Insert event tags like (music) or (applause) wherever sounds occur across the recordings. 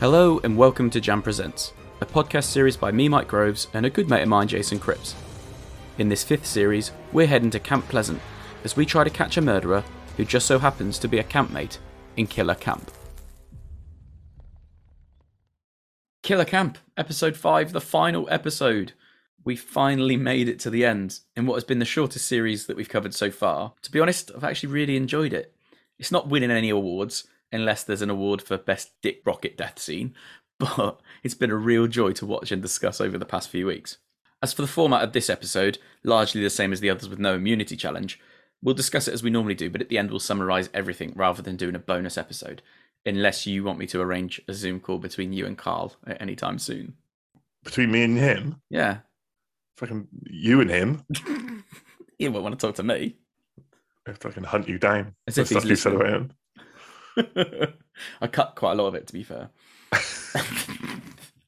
Hello and welcome to Jam Presents, a podcast series by me, Mike Groves, and a good mate of mine, Jason Cripps. In this fifth series, we're heading to Camp Pleasant as we try to catch a murderer who just so happens to be a campmate in Killer Camp. Killer Camp, episode 5, the final episode. We finally made it to the end in what has been the shortest series that we've covered so far. To be honest, I've actually really enjoyed it. It's not winning any awards unless there's an award for best Dick Rocket death scene, (laughs) but it's been a real joy to watch and discuss over the past few weeks. As for the format of this episode, largely the same as the others with no immunity challenge, we'll discuss it as we normally do, but at the end we'll summarise everything rather than doing a bonus episode, unless you want me to arrange a Zoom call between you and Carl at any time soon. between me and him, Yeah, fucking you and him, you won't want to talk to me. (laughs) I fucking hunt you down. As The if he's stuff you said about him. I cut quite a lot of it, to be fair.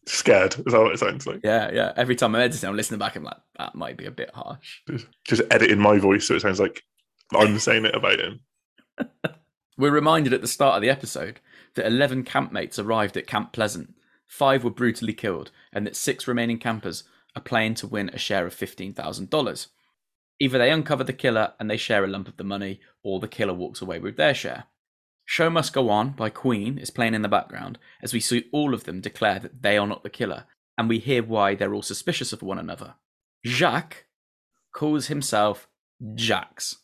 Scared is that what it sounds like? yeah, yeah. Every time I'm editing, I'm listening back. I'm like, that might be a bit harsh. Just editing my voice so it sounds like I'm saying it about him. We're reminded at the start of the episode that 11 campmates arrived at Camp Pleasant. Five were brutally killed, and that six remaining campers are playing to win a share of $15,000. Either they uncover the killer and they share a lump of the money, or the killer walks away with their share. Show Must Go On by Queen is playing in the background as we see all of them declare that they are not the killer, and we hear why they're all suspicious of one another. Jacques calls himself Jax.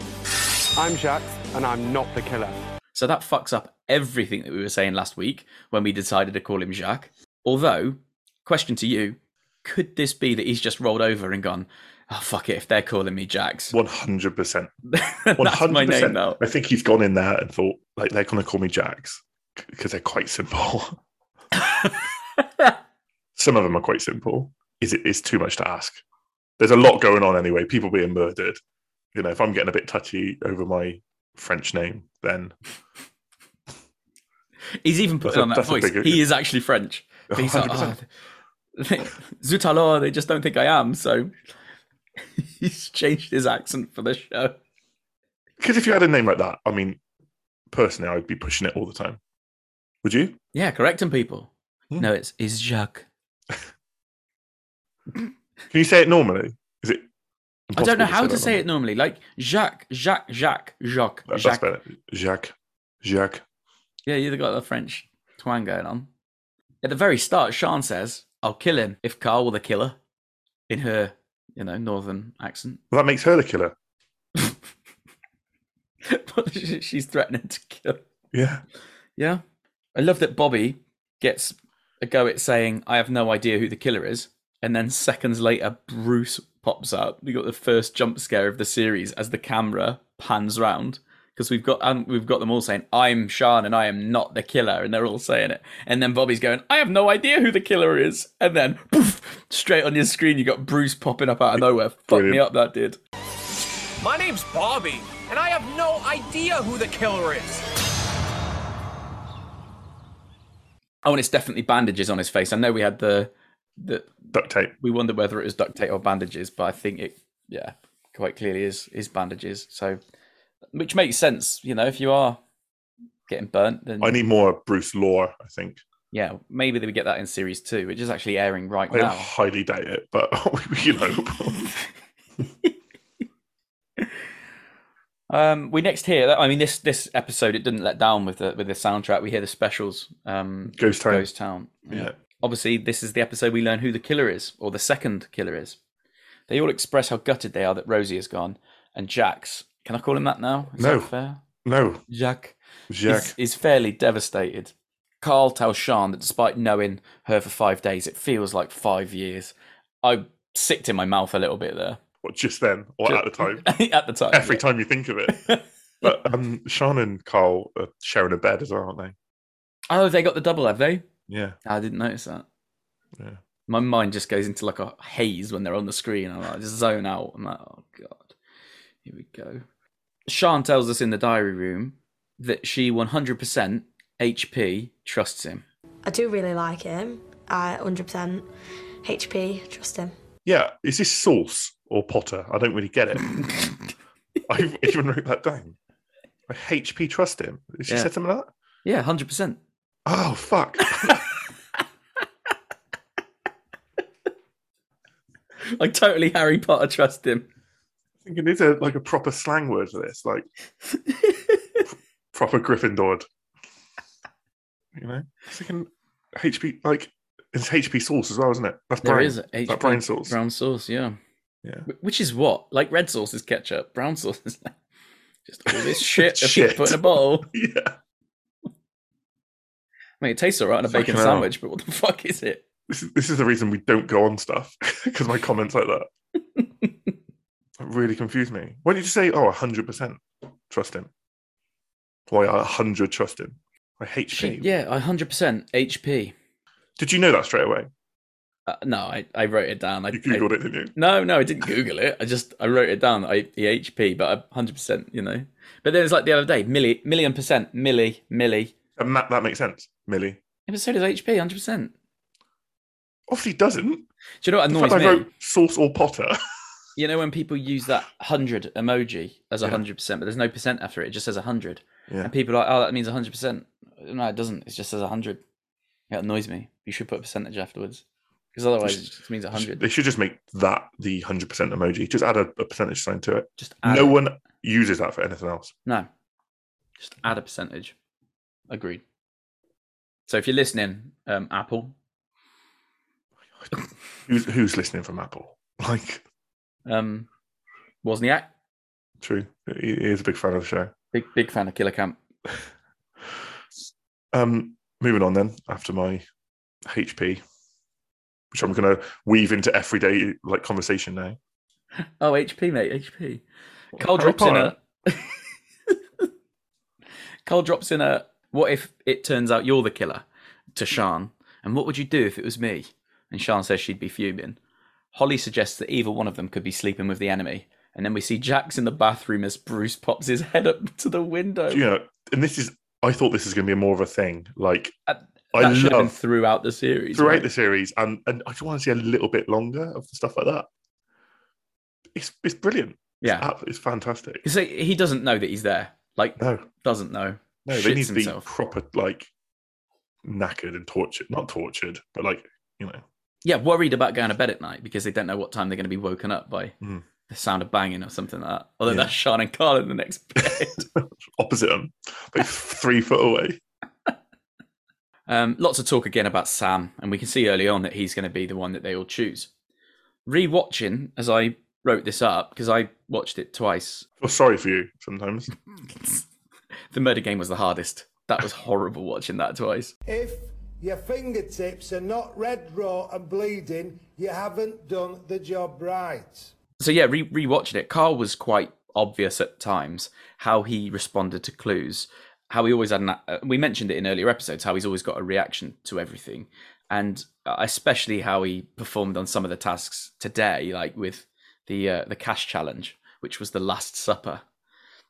I'm Jacques, and I'm not the killer. So that fucks up everything that we were saying last week when we decided to call him Jacques. Although, question to you, could this be that he's just rolled over and gone, oh, fuck it, if they're calling me Jax? One hundred percent. (laughs) That's my name now. I think he's gone in there and thought like they're gonna call me Jax because they're (laughs) quite simple. Some of them are quite simple. Is it is too much to ask? There's a lot going on anyway. People being murdered. You know, if I'm getting a bit touchy over my French name, then He's even put That's a- on that that's a voice. big- He is actually French. But He's like, 100%. "Oh, they- (laughs) zut alors, they just don't think I am. So (laughs) he's changed his accent for the show. Because if you had a name like that, I mean, personally, I'd be pushing it all the time. Would you? Yeah, correcting people. Hmm. No, it's, it's Jacques. Can you say it normally? Is it? I don't know impossible how to say that it normally. Like Jacques, Jacques, Jacques, Jacques, normally? That- Jacques. That's better. Jacques. Jacques. Yeah, you've got the French twang going on. At the very start, Sean says, I'll kill him if Carl were the killer in her, you know, northern accent. (laughs) Well, that makes her the killer. but she- she's threatening to kill. Yeah. Yeah. I love that Bobby gets a go at saying, I have no idea who the killer is. And then seconds later, Bruce pops up. We got the first jump scare of the series as the camera pans round. Because we've got and we've got them all saying, I'm Sean and I am not the killer, and they're all saying it. And then Bobby's going, I have no idea who the killer is. And then poof, straight on your screen you got Bruce popping up out of nowhere. Fuck me Brilliant. up that did. My name's Bobby, and I have no idea who the killer is. Oh, and it's definitely bandages on his face. I know we had the the Duct tape. we wondered whether it was duct tape or bandages, but I think it, yeah, quite clearly is is bandages. So, which makes sense, you know, if you are getting burnt, then I need more Bruce Law, I think. yeah, maybe they would get that in series two, which is actually airing right I now. highly doubt it, but (laughs) you know. Um, we next hear that. I mean, this this episode it didn't let down with the with the soundtrack. We hear the specials. Um, Ghost Town. Ghost Town. Yeah. Obviously, this is the episode we learn who the killer is, or the second killer is. They all express how gutted they are that Rosie is gone, and Jax. Can I call him that now? Is No. That fair? No, Jack is, Jacques. is fairly devastated. Carl tells Sean that despite knowing her for five days, it feels like five years. I sicked in my mouth a little bit there (laughs) What, just then or at the time? at the time. Every time you think of it. (laughs) But um, Sean and Carl are sharing a bed as well, aren't they? Oh, they got the double, have they? Yeah. I didn't notice that. Yeah. My mind just goes into like a haze when they're on the screen. I'm like, I just zone out. I'm like, oh god, here we go. Sean tells us in the diary room that she 100% HP trusts him. (laughs) I do really like him. I 100% HP, trust him. Yeah, is this Sauce or Potter? I don't really get it. I even wrote that down. I HP trust him. Did she Yeah. said something like that? Yeah, 100%. Oh fuck! (laughs) I totally Harry Potter trust him. thinking is there like a proper slang word for (laughs) this, like proper Gryffindor. You know, I was thinking HP like it's HP sauce as well, isn't it? That's There Brian. is a Like brown sauce. Brown sauce, yeah. Yeah. Wh- Which is what? Like red sauce is ketchup, brown sauce is just all (laughs) this shit that you Shit. put in a bowl. (laughs) Yeah, I mean, it tastes all right on a bacon Fucking hell. sandwich, but what the (laughs) fuck is it? this is, this is the reason we don't go on stuff (laughs) because my comments like (laughs) that. It really confused me. Why did you say, "Oh, hundred percent trust him"? Why hundred trust him? I HP. Shit, yeah, 100% HP. Did you know that straight away? Uh, no, I, I wrote it down. I, You I- googled it, didn't you? No, no, I didn't Google it. I just I wrote it down. I the HP, but hundred percent, you know. But then it's like the other day, milli, million percent, milli, milli. And that that makes sense, Millie. Yeah, but so does HP, hundred percent. Obviously, doesn't. Do you know what The fact annoys me? I wrote sauce or Potter. You know when people use that hundred emoji as Yeah. hundred percent, but there's no percent after it. It just says hundred, Yeah. and people are like, "Oh, that means hundred percent." No, it doesn't. It just says hundred. It annoys me. You should put a percentage afterwards, because otherwise it just means They (laughs) hundred. should just make that the hundred percent emoji. Just add a, a percentage sign to it. Just add no it. one uses that for anything else. No. Just add a percentage. Agreed. So if you're listening, um, Apple, Who's, who's listening from Apple? (laughs) Like, um, Wozniak, true. He he is a big fan of the show. big big fan of Killer Camp. Um, moving on then. After my HP, which I'm going to weave into everyday like conversation now. Oh, HP mate, HP. Cole Harry drops in a. Potter. (laughs) Cole drops in a. What if it turns out you're the killer to Sean? And what would you do if it was me? And Sean says she'd be fuming. Holly suggests that either one of them could be sleeping with the enemy. And then we see Jax in the bathroom as Bruce pops his head up to the window. You know, and this is. I thought this was going to be more of a thing. Like, Uh, I that should have been love throughout the series. throughout right? the series, and and I just want to see a little bit longer of stuff like that. It's it's brilliant. yeah, Ab- It's fantastic. because he doesn't know that he's there. Like, No, doesn't know. no, Shits they need to be himself. proper, like knackered and tortured. Not tortured, but like you know, Yeah, worried about going to bed at night because they don't know what time they're going to be woken up by Mm. the sound of banging or something like that. Although Yeah. that's Sean and Carl in the next (laughs) bed. opposite them, (laughs) like three foot away. um, lots of talk again about Sam, and we can see early on that he's going to be the one that they all choose. Rewatching as I wrote this up because I watched it twice. I feel sorry for you (laughs) sometimes. the murder game was the hardest. That was horrible watching that twice. If your fingertips are not red raw and bleeding, you haven't done the job right. so yeah, re- rewatching it, Carl was quite obvious at times how he responded to clues, how he always had. An, uh, we mentioned it in earlier episodes how he's always got a reaction to everything, and uh, especially how he performed on some of the tasks today, like with the uh, the cash challenge, which was the Last Supper.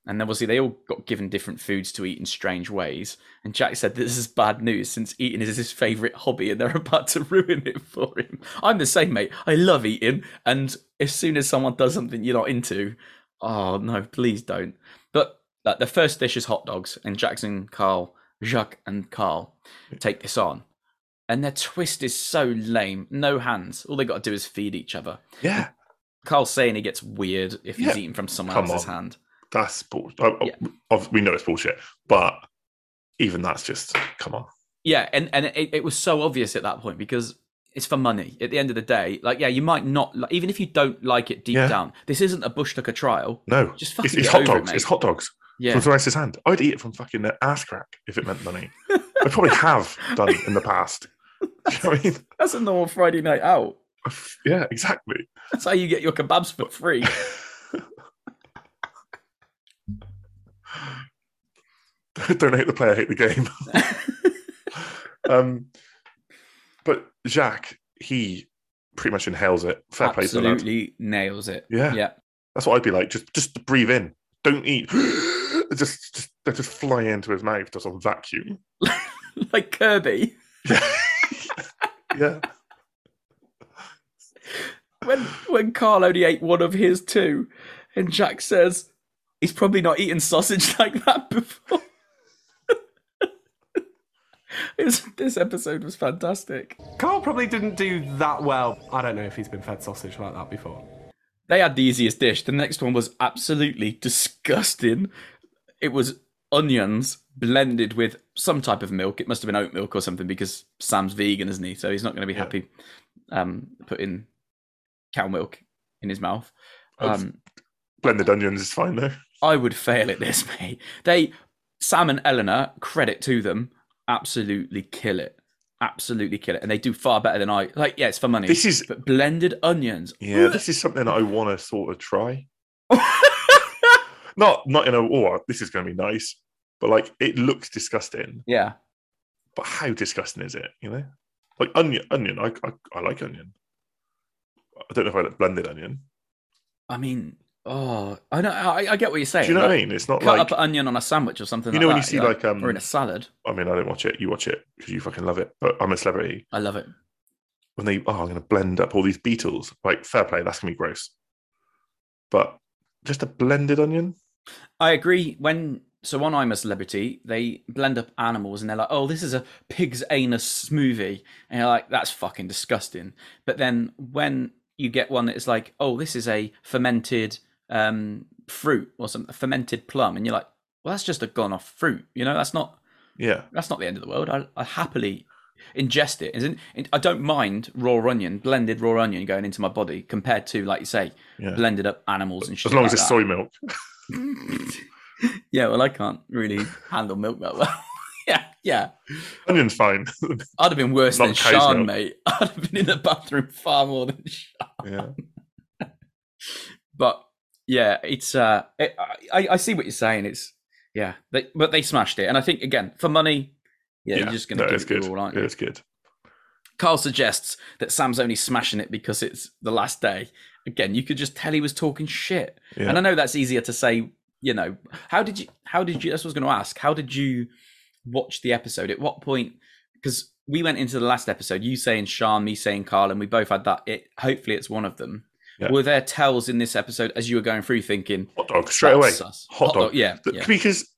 And then we'll see they all got given different foods to eat in strange ways. And Jack said this is bad news since eating is his favourite hobby and they're (laughs) about to ruin it for him. I'm the same, mate. I love eating. And as soon as someone does something you're not into, oh no, please don't. But like, the first dish is hot dogs, and Jackson, Carl, Jacques, and Carl take this on. And their twist is so lame. No hands. All they got to do is feed each other. Yeah, Carl's saying he gets weird if he's Yeah. eating from someone Come else's on. hand. that's bull- I, I- Yeah. obv- We know it's bullshit, but even that's just come on. Yeah, and and it, it was so obvious at that point because it's for money. At the end of the day, like yeah, you might not li- even if you don't like it deep Yeah. down. This isn't a bush tucker trial. No, Just it's, fucking it's get over hot it, dogs. mate. it's hot dogs Yeah, from someone else's hand. I'd eat it from fucking their ass crack if it meant money. I probably have done it in (laughs) the past. Do you know what I mean? that's a normal Friday night out. Yeah, exactly. (laughs) That's how you get your kebabs for free. Don't hate the player, hate the (laughs) game. um, but Jacques, he pretty much inhales it. (laughs) Fair play to that. Absolutely nails it. Yeah. yeah. That's what I'd be like. Just, just breathe in. Don't eat. (gasps) just, just, they just fly into his mouth. Just on vacuum. (laughs) like Kirby Yeah. (laughs) yeah. when when Carl only ate one of his two, and Jack says he's (laughs) probably not eaten sausage like that before. It's, (laughs) this episode was fantastic. Carl probably didn't do that well. I don't know if he's been fed sausage like that before. They had the easiest dish. The next one was absolutely disgusting. It was onions blended with some type of milk. It must have been oat milk or something because Sam's vegan, isn't he? So he's not going to be happy um, putting cow milk in his mouth. That's- Um, Blended onions is fine though. I would fail at this, (laughs) mate. They, Sam and Eleanor, credit to them, absolutely kill it. Absolutely kill it, and they do far better than I. Like, yeah, it's for money. This is- but blended onions. Yeah, this is something that I want to sort of try. Not not in a oh this is going to be nice, but like it looks disgusting. (laughs) yeah, But how disgusting is it? You know, like onion onion. I I, I like onion. I don't know if I like blended onion. I mean, oh, I know. I, I get what you're saying. Do you know what I but mean? It's not Cut like up an onion on a sandwich or something. You like know when you that, see, yeah, like, um, or in a salad. I mean I don't watch it. You watch it because you fucking love it. But I'm a celebrity. I love it. When they oh I'm going to blend up all these beetles. Like fair play, that's going to be gross. But just a blended onion. I agree. When so on I'm a Celebrity, they blend up animals and they're like, "Oh, this is a pig's anus smoothie," and you're like, "That's fucking disgusting." But then when you get one that is like, "Oh, this is a fermented um, fruit or some a fermented plum," and you're like, "Well, that's just a gone-off fruit. You know, that's not Yeah. that's not the end of the world. I, I happily ingest it. Isn't I don't mind raw onion, blended raw onion going into my body compared to like you say, Yeah. blended up animals and shit. As long as like it's that. soy milk. Yeah, well, I can't really handle milk that well. (laughs) yeah, yeah. Onion's fine. (laughs) I'd have been worse Not than cow's Sean, milk. mate. (laughs) I'd have been in the bathroom far more than Sean. yeah. But yeah, it's uh, it, I I see what you're saying. It's yeah, they, but they smashed it, and I think again for money, yeah, you're just gonna no, give it's it your good. all, aren't Yeah, you? it's good. Carl suggests that Sam's only smashing it because it's the last day. Again, you could just tell he was talking shit. Yeah. And I know that's easier to say, you know. How did you how did you that's what I was gonna ask. How did you watch the episode? At what point because we went into the last episode, you saying Sean, me saying Carl, and we both had that it hopefully it's one of them. Yeah. Were there tells in this episode as you were going through thinking Hot dog straight away. "That's sus." Hot, dog. yeah, Th- yeah. Because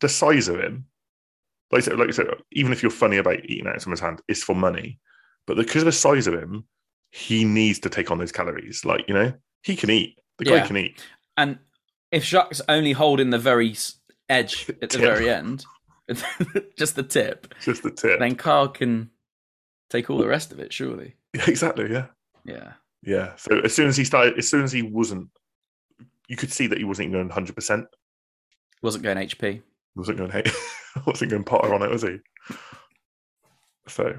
the size of him, like I said, like I said, even if you're funny about eating out of someone's hand, it's for money. But because of the size of him, he needs to take on those calories. Like you know, he can eat. The guy Yeah. can eat. And if Jacques only holding the very s- edge at the Tip. very end, (laughs) just the tip, It's Just the tip. then Carl can take all the rest of it, surely. (laughs) exactly. Yeah. Yeah. Yeah. So as soon as he started, as soon as he wasn't, you could see that he wasn't going 100. percent Wasn't going HP. He wasn't going hate (laughs) wasn't going Potter on it, was he? So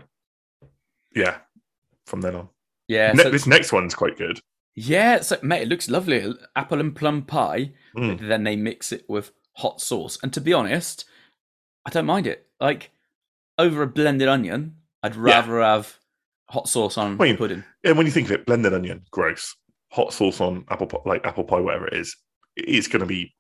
yeah, from then on. Yeah. Ne- So, this next one's quite good. yeah. So, mate, it looks lovely. Apple and plum pie. Mm. Then they mix it with hot sauce. And to be honest, I don't mind it. Like, over a blended onion, I'd rather have hot sauce on Wait. pudding. And when you think of it, blended onion, gross. Hot sauce on apple pie, like apple pie, whatever it is, it's going to be.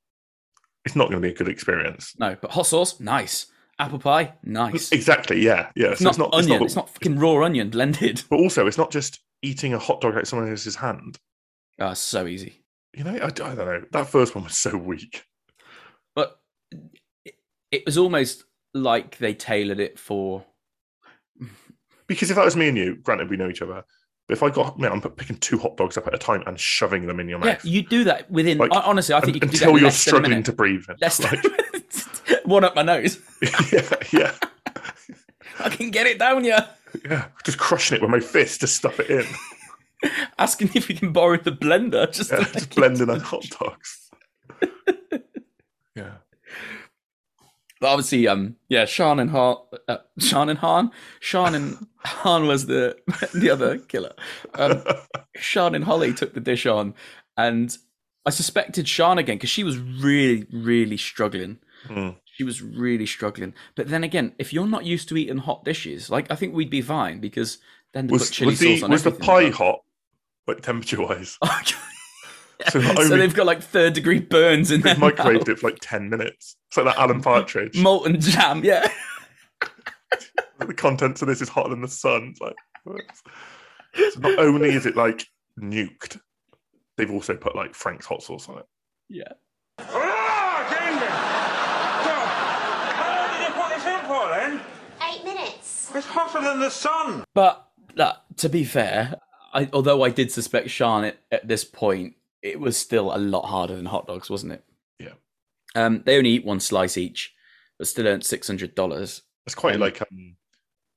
It's not going to be a good experience. No, but hot sauce, nice. Apple pie, nice. Exactly. Yeah. Yeah. It's not, onion. the- it's not fucking raw onion blended. (laughs) But also, it's not just eating a hot dog out of someone else's hand. Oh, it's so easy. You know, I, I don't know. That first one was so weak. But it, it was almost like they tailored it for. Because if that was me and you, granted we know each other, but if I got, man, I'm picking two hot dogs up at a time and shoving them in your Yeah, mouth you do that within. Like, hon- honestly, I think you can un- do until that you're less than a struggling minute. to breathe. in. Less than Like, (laughs) one up my nose. yeah, (laughs) yeah, I can get it down, yeah. yeah. Just crushing it with my fist to stuff it in. Asking if you can borrow the blender just Yeah, to make (laughs) just it- blending on hot dogs. yeah. But obviously, um, yeah, Sean and Han, uh, Sean and Han, Sean (laughs) and Han was the the other killer. Um, Sean and Holly took the dish on, and I suspected Sean again because she was really, really struggling. Mm. She was really struggling. But then again, if you're not used to eating hot dishes, like I think we'd be fine because then they Was, put chili was, sauce the, on was the everything, pie but- hot, but (laughs) temperature wise? so So not only they've got like third degree burns in they their (laughs) (laughs) microwaved mouth. it for like 10 minutes. It's like (laughs) that Alan Partridge. molten jam. Yeah. (laughs) the contents of this is hotter than the sun. It's Like, what? so not only is it like nuked, they've also put like Frank's hot sauce on it. Yeah. Eight minutes. It's hotter than the sun. But uh, to be fair, I, although I did suspect Sean at, at this point, it was still a lot harder than hot dogs, wasn't it? Yeah. Um, they only eat one slice each, but still earned six hundred dollars. It's quite Um, like um,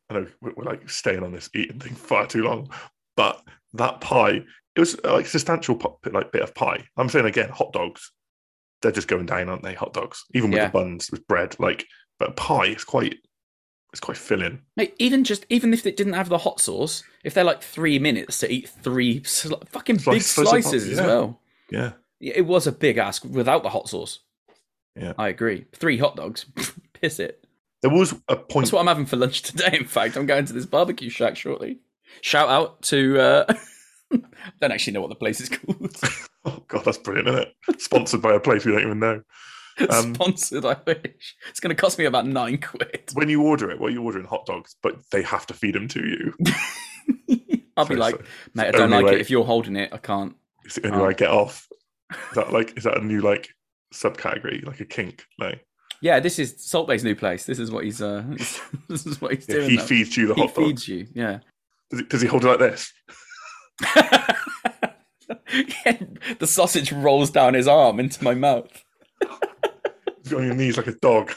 I know we're, we're like staying on this eating thing (laughs) far too long, but that pie it was uh, like substantial po- bit- like bit of pie. I'm saying again, hot dogs, they're just going down, aren't they? Hot dogs, even with Yeah. the buns with bread, like but pie is quite it's quite filling. Mate, even just even if it didn't have the hot sauce, if they're like three minutes to eat three (laughs) sli fucking Slice- big slice of- slices as yeah. well, Yeah, Yeah, it was a big ask without the hot sauce. Yeah. I agree. Three hot dogs, (laughs) piss it. there was a point. That's what I'm having for lunch (laughs) today. In fact, I'm going to this barbecue shack shortly. Shout out to uh, (laughs) I don't actually know what the place is called. (laughs) Oh (laughs) god, that's brilliant, isn't it? Sponsored by a place we don't even know. Um, Sponsored, I wish. It's going to cost me about nine quid. When you order it, well, you're ordering hot dogs, but they have to feed them to you. I'll be So- like, so it's mate, I the don't only like way- it. If you're holding it, I can't. It's the only Oh. way I get off. Is that like is that a new like subcategory, like a kink? No. Yeah, this is Saltbay's new place. This is what he's. Uh, (laughs) this is what he's Yeah, doing. he now. feeds you the He hot dog. feeds you. Yeah. (laughs) Does he, does he hold it like this? Yeah, the sausage rolls down his arm into my (sighs) mouth. He's on your knees like a dog.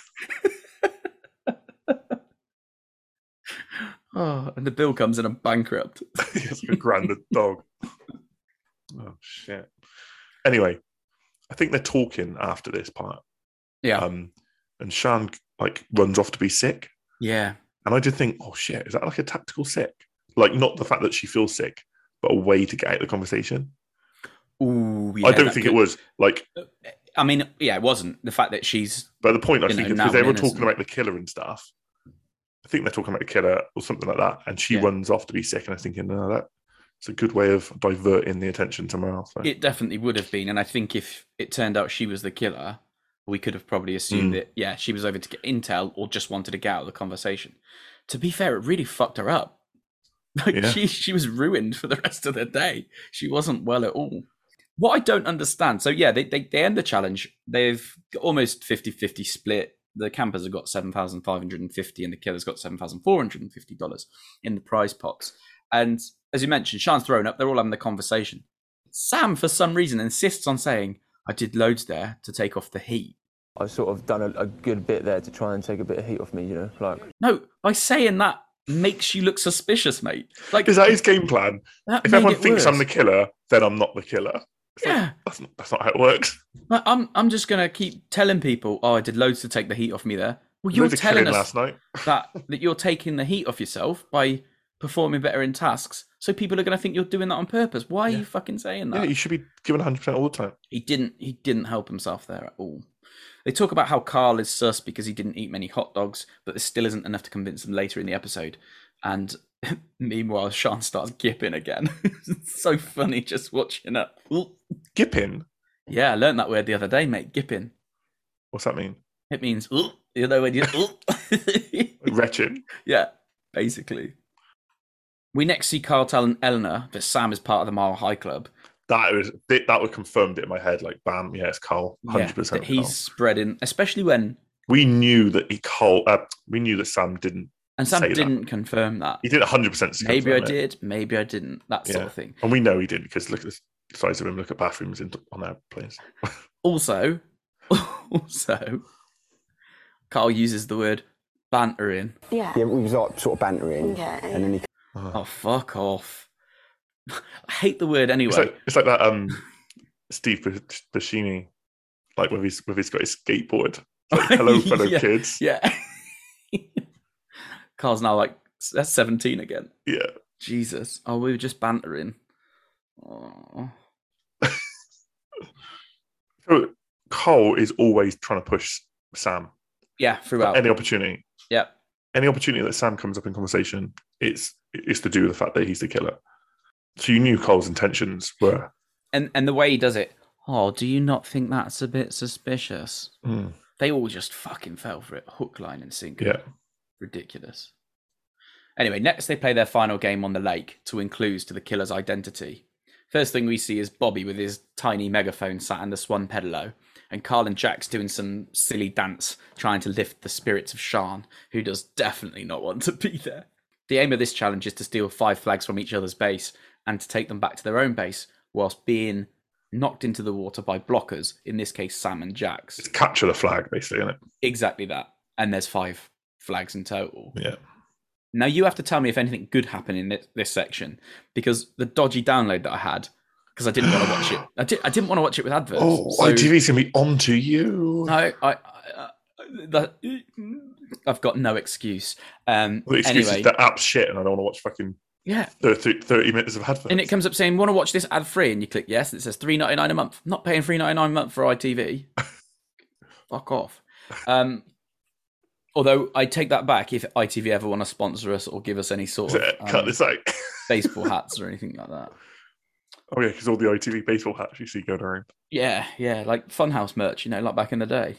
(laughs) Oh, and the bill comes and I'm bankrupt. He's like (laughs) a grandad dog. Oh shit. Anyway, I think they're talking after this part. Yeah. Um, and Shan like runs off to be sick. Yeah. And I did think, oh shit, is that like a tactical sick? Like not the fact that she feels sick, but a way to get out of the conversation. Ooh. I yeah, don't that think could- it was like, I mean, yeah, it wasn't. The fact that she's but the point I You think know, is now because they and were then, talking isn't it? about the killer and stuff. I think they're talking about the killer or something like that, and she Yeah. runs off to be sick. And I was thinking, no, that it's a good way of diverting the attention somewhere else. So, It definitely would have been, and I think if it turned out she was the killer, we could have probably assumed that yeah, she was over to get intel or just wanted to get out of the conversation. To be fair, it really fucked her up. (laughs) Like Yeah. she she was ruined for the rest of the day. She wasn't well at all. What I don't understand, so yeah, they they, they end the challenge. They've got almost 50-50 split. The campers have got seven thousand five hundred and fifty, and the killer's got seven thousand four hundred and fifty dollars in the prize pots. And as you mentioned, Sean's thrown up. They're all having the conversation. Sam, for some reason, insists on saying, I did loads there to take off the heat. I've sort of done a, a good bit there to try and take a bit of heat off me, you know, like No, by saying that makes you look suspicious, mate. Like, is that his game plan? that If made everyone it thinks I'm worse. the killer, then I'm not the killer. It's like, Yeah. that's not, that's not how it works. Like, I'm, I'm just going to keep telling people, oh, I did loads to take the heat off me there. Well, (laughs) You you're were telling killing us last night. that, that you're taking the heat off yourself by performing better in tasks. So people are going to think you're doing that on purpose. Why are you fucking saying that? (laughs) Yeah, you should be given 100 percent all the time. he didn't he didn't help himself there at all. They talk about how Carl is sus because he didn't eat many hot dogs, but this still isn't enough to convince them later in the episode. And (laughs) meanwhile, Sean starts gipping again. (laughs) it's so funny just watching it. Ooh. Gipping. Yeah, I learned that word the other day, mate. Gipping. What's that mean? It means ooh, you know when you ooh. (laughs) Wretched. Yeah, basically. We next see Carl telling Eleanor that Sam is part of the Mile High Club. That was that was confirmed it in my head. Like, bam, yeah, it's Carl. Yeah, Hundred that percent. he's spreading, especially when We knew that he Carl. Uh, we knew that Sam didn't. and Sam Say that. didn't confirm that. He did hundred percent. maybe I did, maybe I didn't, that sort Yeah. of thing. and we know he did because look at the size of him. Look at bathrooms in, on our place. Also, (laughs) also, Carl uses the word bantering. Yeah. Yeah, we was like sort of bantering. Okay. And then he Oh, fuck off. (laughs) I hate the word anyway. It's like, it's like that. Um, Steve Bus- Buscemi, like with his with his got his skateboard. It's like, (laughs) hello, fellow Yeah. kids. yeah. (laughs) Carl's now like, that's 17 again. Yeah. Jesus. Oh, we were just bantering. Oh. So Cole is always trying to push Sam Yeah, throughout. any opportunity. yeah. any opportunity that Sam comes up in conversation, it's it's to do with the fact that he's the killer. So you knew Cole's intentions were And, and the way he does it, oh, do you not think that's a bit suspicious? Hmm. They all just fucking fell for it hook, line, and sinker. yeah. ridiculous. Anyway, next they play their final game on the lake to win clues to the killer's identity. First thing we see is Bobby with his tiny megaphone sat in the Swan Pedalo, and Carl and Jack's doing some silly dance trying to lift the spirits of Shan, who does definitely not want to be there. The aim of this challenge is to steal five flags from each other's base and to take them back to their own base whilst being knocked into the water by blockers, in this case, Sam and Jack's. Capture the flag, basically, isn't it? Exactly that. And there's five flags in total. Yeah. Now you have to tell me if anything good happened in this, this section because the dodgy download that I had because I didn't want to watch it. I, di- I didn't want to watch it with adverts. Oh, so- Uh, ITV's gonna be on to you. No, I, I, I that, I've got no excuse. Um, the excuse anyway, is that app's shit, and I don't want to watch fucking yeah, 30, 30 minutes of adverts. and it comes up saying want to watch this ad free, and you click yes, and it says three ninety nine a month. Not paying three ninety nine a month for (laughs) ITV. Fuck off. Um, although I take that back. If ITV ever want to sponsor us or give us any sort of Cut um, this out. (laughs) baseball hats or anything like that. oh yeah, because all the ITV baseball hats you see going around. Yeah, yeah, like Funhouse merch, you know, like back in the day,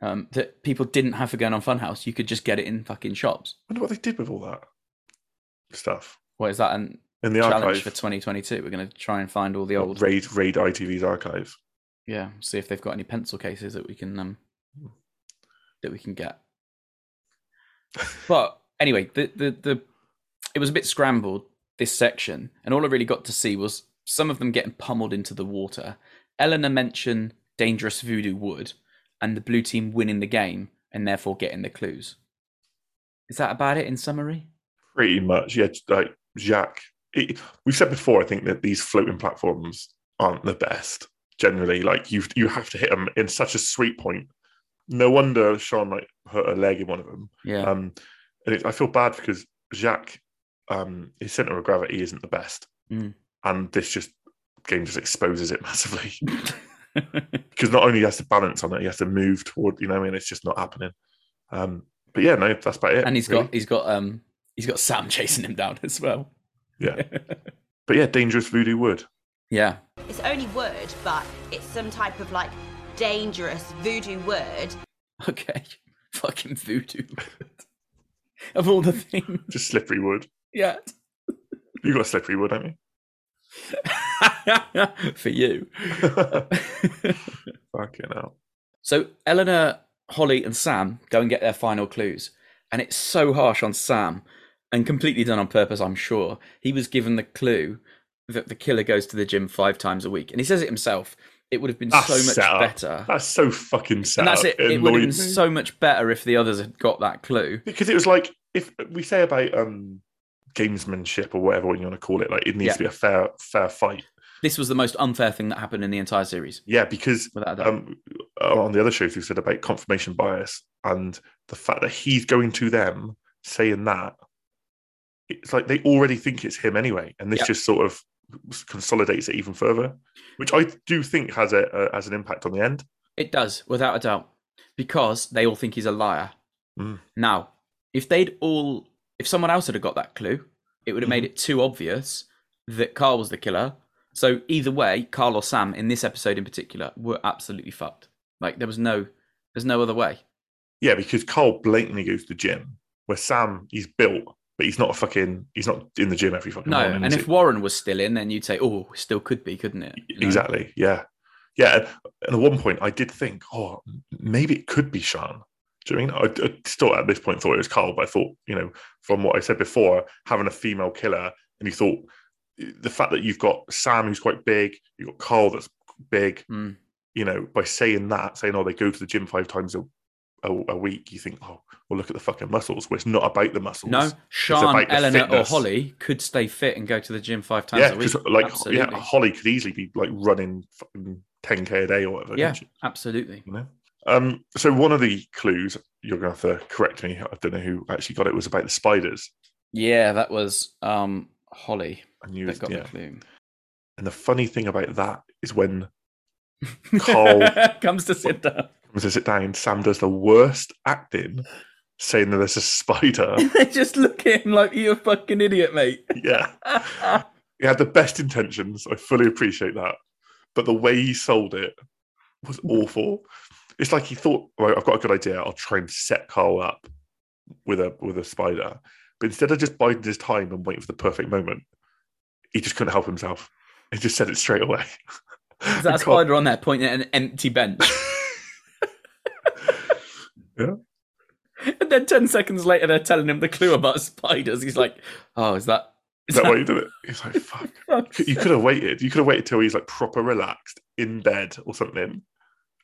um, that people didn't have to go in on Funhouse. You could just get it in fucking shops. I wonder what they did with all that stuff What is that? An in the challenge archive. for 2022. We're going to try and find all the old. Raid raid ITV's archive. Yeah, see if they've got any pencil cases that we can um that we can get. But anyway, the the the it was a bit scrambled this section, and all I really got to see was some of them getting pummeled into the water. Eleanor mentioned dangerous voodoo wood, and the blue team winning the game and therefore getting the clues. Is that about it in summary? Pretty much, yeah. Like Jacques, it, we've said before. I think that these floating platforms aren't the best generally. Like you, you have to hit them in such a sweet point. No wonder Sean like hurt her leg in one of them. Yeah, Um, and it, I feel bad because Jacques, um, his center of gravity isn't the best, Mm. and this just game just exposes (laughs) it (laughs) massively because not only he has to balance on it, he has to move toward you know, what I mean, it's just not happening. Um, but yeah, no, that's about it. and he's really. got he's got um he's got Sam (laughs) chasing him down as well. (laughs) yeah, but yeah, dangerous voodoo wood. Yeah, It's only word, but it's some type of like dangerous voodoo word. (laughs) Okay. Fucking voodoo. of all the things. (laughs) just slippery wood. Yeah. (laughs) You got slippery wood, haven't For you. (laughs) you? (laughs) Fucking hell. so Eleanor, Holly, and Sam go and get their final clues. And it's so harsh on Sam and completely done on purpose, I'm sure. He was given the clue that the killer goes to the gym five times a week. And he says it himself. It would have been That's so much set up. better. That's so fucking sad. and that's it. It would have annoyed been me. so much better if the others had got that clue. because it was like if we say about um gamesmanship or whatever you want to call it, like it needs Yeah. to be a fair fair fight. This was the most unfair thing that happened in the entire series, Yeah, because without a doubt. um, on the other shows we said about confirmation bias and the fact that he's going to them saying that it's like they already think it's him anyway, and this Yeah. just sort of consolidates it even further, which I do think has a, a has an impact on the end. It does, without a doubt, because they all think he's a liar. Mm. Now, if they'd all, if someone else had have got that clue, it would have Mm-hmm. made it too obvious that Carl was the killer. So either way, Carl or Sam in this episode in particular were absolutely fucked. Like there was no, there's no other way. Yeah, because Carl blatantly goes to the gym where Sam he's built, but he's not a fucking he's not in the gym every fucking No, morning. and is if he? Warren was still in, then you'd say, oh, it still could be, couldn't it? You know? Exactly. Yeah. Yeah. And- And at one point, I did think, oh, maybe it could be Sean. Do you know what I mean? I, I still at this point thought it was Carl, but I thought, you know, from what I said before, having a female killer, and you thought the fact that you've got Sam, who's quite big, you've got Carl, that's big, Mm. you know, by saying that, saying, oh, they go to the gym five times a, a, a week, you think, oh, well, look at the fucking muscles. Well, it's not about the muscles. No, Sean, about the Eleanor, or fitness. Holly could stay fit and go to the gym five times Yeah, a week. because like, yeah, absolutely. Holly could easily be like running fucking 10K a day or whatever. yeah, couldn't she? absolutely. you know? Um, so one of the clues you're going to have to correct me. I don't know who actually got it. Was about the spiders. Yeah, that was um, Holly And you, that got yeah. the clue. And the funny thing about that is when Carl (laughs) comes to sit down. comes to sit down, Sam does the worst acting, saying that there's a spider. (laughs) (laughs) they just look at him like you're a fucking idiot, mate. (laughs) yeah, he had the best intentions. I fully appreciate that, but the way he sold it was awful. It's like he thought, right, I've got a good idea. I'll try and set Carl up with a with a spider. But instead of just biding his time and waiting for the perfect moment, he just couldn't help himself. He just said it straight away. Is that a spider on there pointing at an empty bench? (laughs) Yeah. And then 10 seconds later, they're telling him the clue about spiders. He's like, oh, is that. Is that why you did it? He's like, fuck. You could have waited. You could have waited till he's like proper relaxed in bed or something,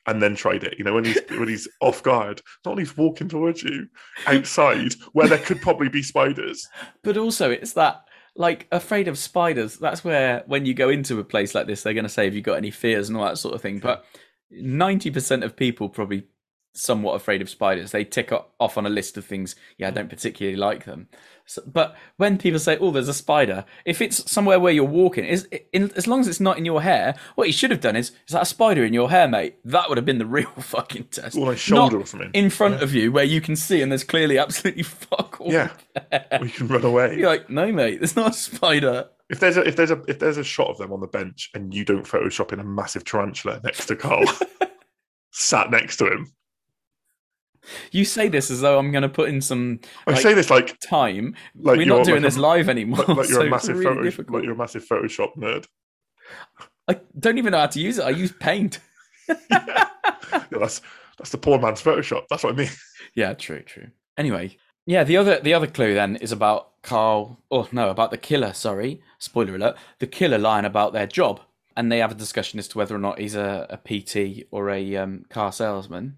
and then tried it. You know, when he's (laughs) when he's off guard, not when he's walking towards you outside where there could probably be spiders. But also, it's that like afraid of spiders. That's where when you go into a place like this, they're going to say, "Have you got any fears?" and all that sort of thing. But ninety percent of people probably somewhat afraid of spiders. They tick o- off on a list of things. Yeah, I don't particularly like them. So, but when people say, "Oh, there's a spider," if it's somewhere where you're walking, is in, as long as it's not in your hair, what you should have done is, "Is that a spider in your hair, mate?" That would have been the (laughs) real fucking test. Or on his shoulder Not or something. in front of you where you can see, and there's clearly absolutely (laughs) fuck all. Yeah, we can run (laughs) away. You're like, no, mate, there's not a spider. If there's a if there's a if there's a shot of them on the bench and you don't Photoshop in a massive tarantula next (laughs) to Carl, sat next to him. You say this as though I'm going to put in some I like, say (laughs) this like time. like We're you're not doing like this a- live anymore. like, like you're (laughs) so a massive it's really photo, difficult. like you're a massive Photoshop nerd. I don't even know how to use it. I use paint. Yeah, that's that's the poor man's Photoshop. That's what I mean. yeah, true, true. Anyway, yeah, the other the other clue then is about Carl. Oh no, about the killer. Sorry, spoiler alert. The killer lying about their job, and they have a discussion as to whether or not he's a, a PT or a um, car salesman.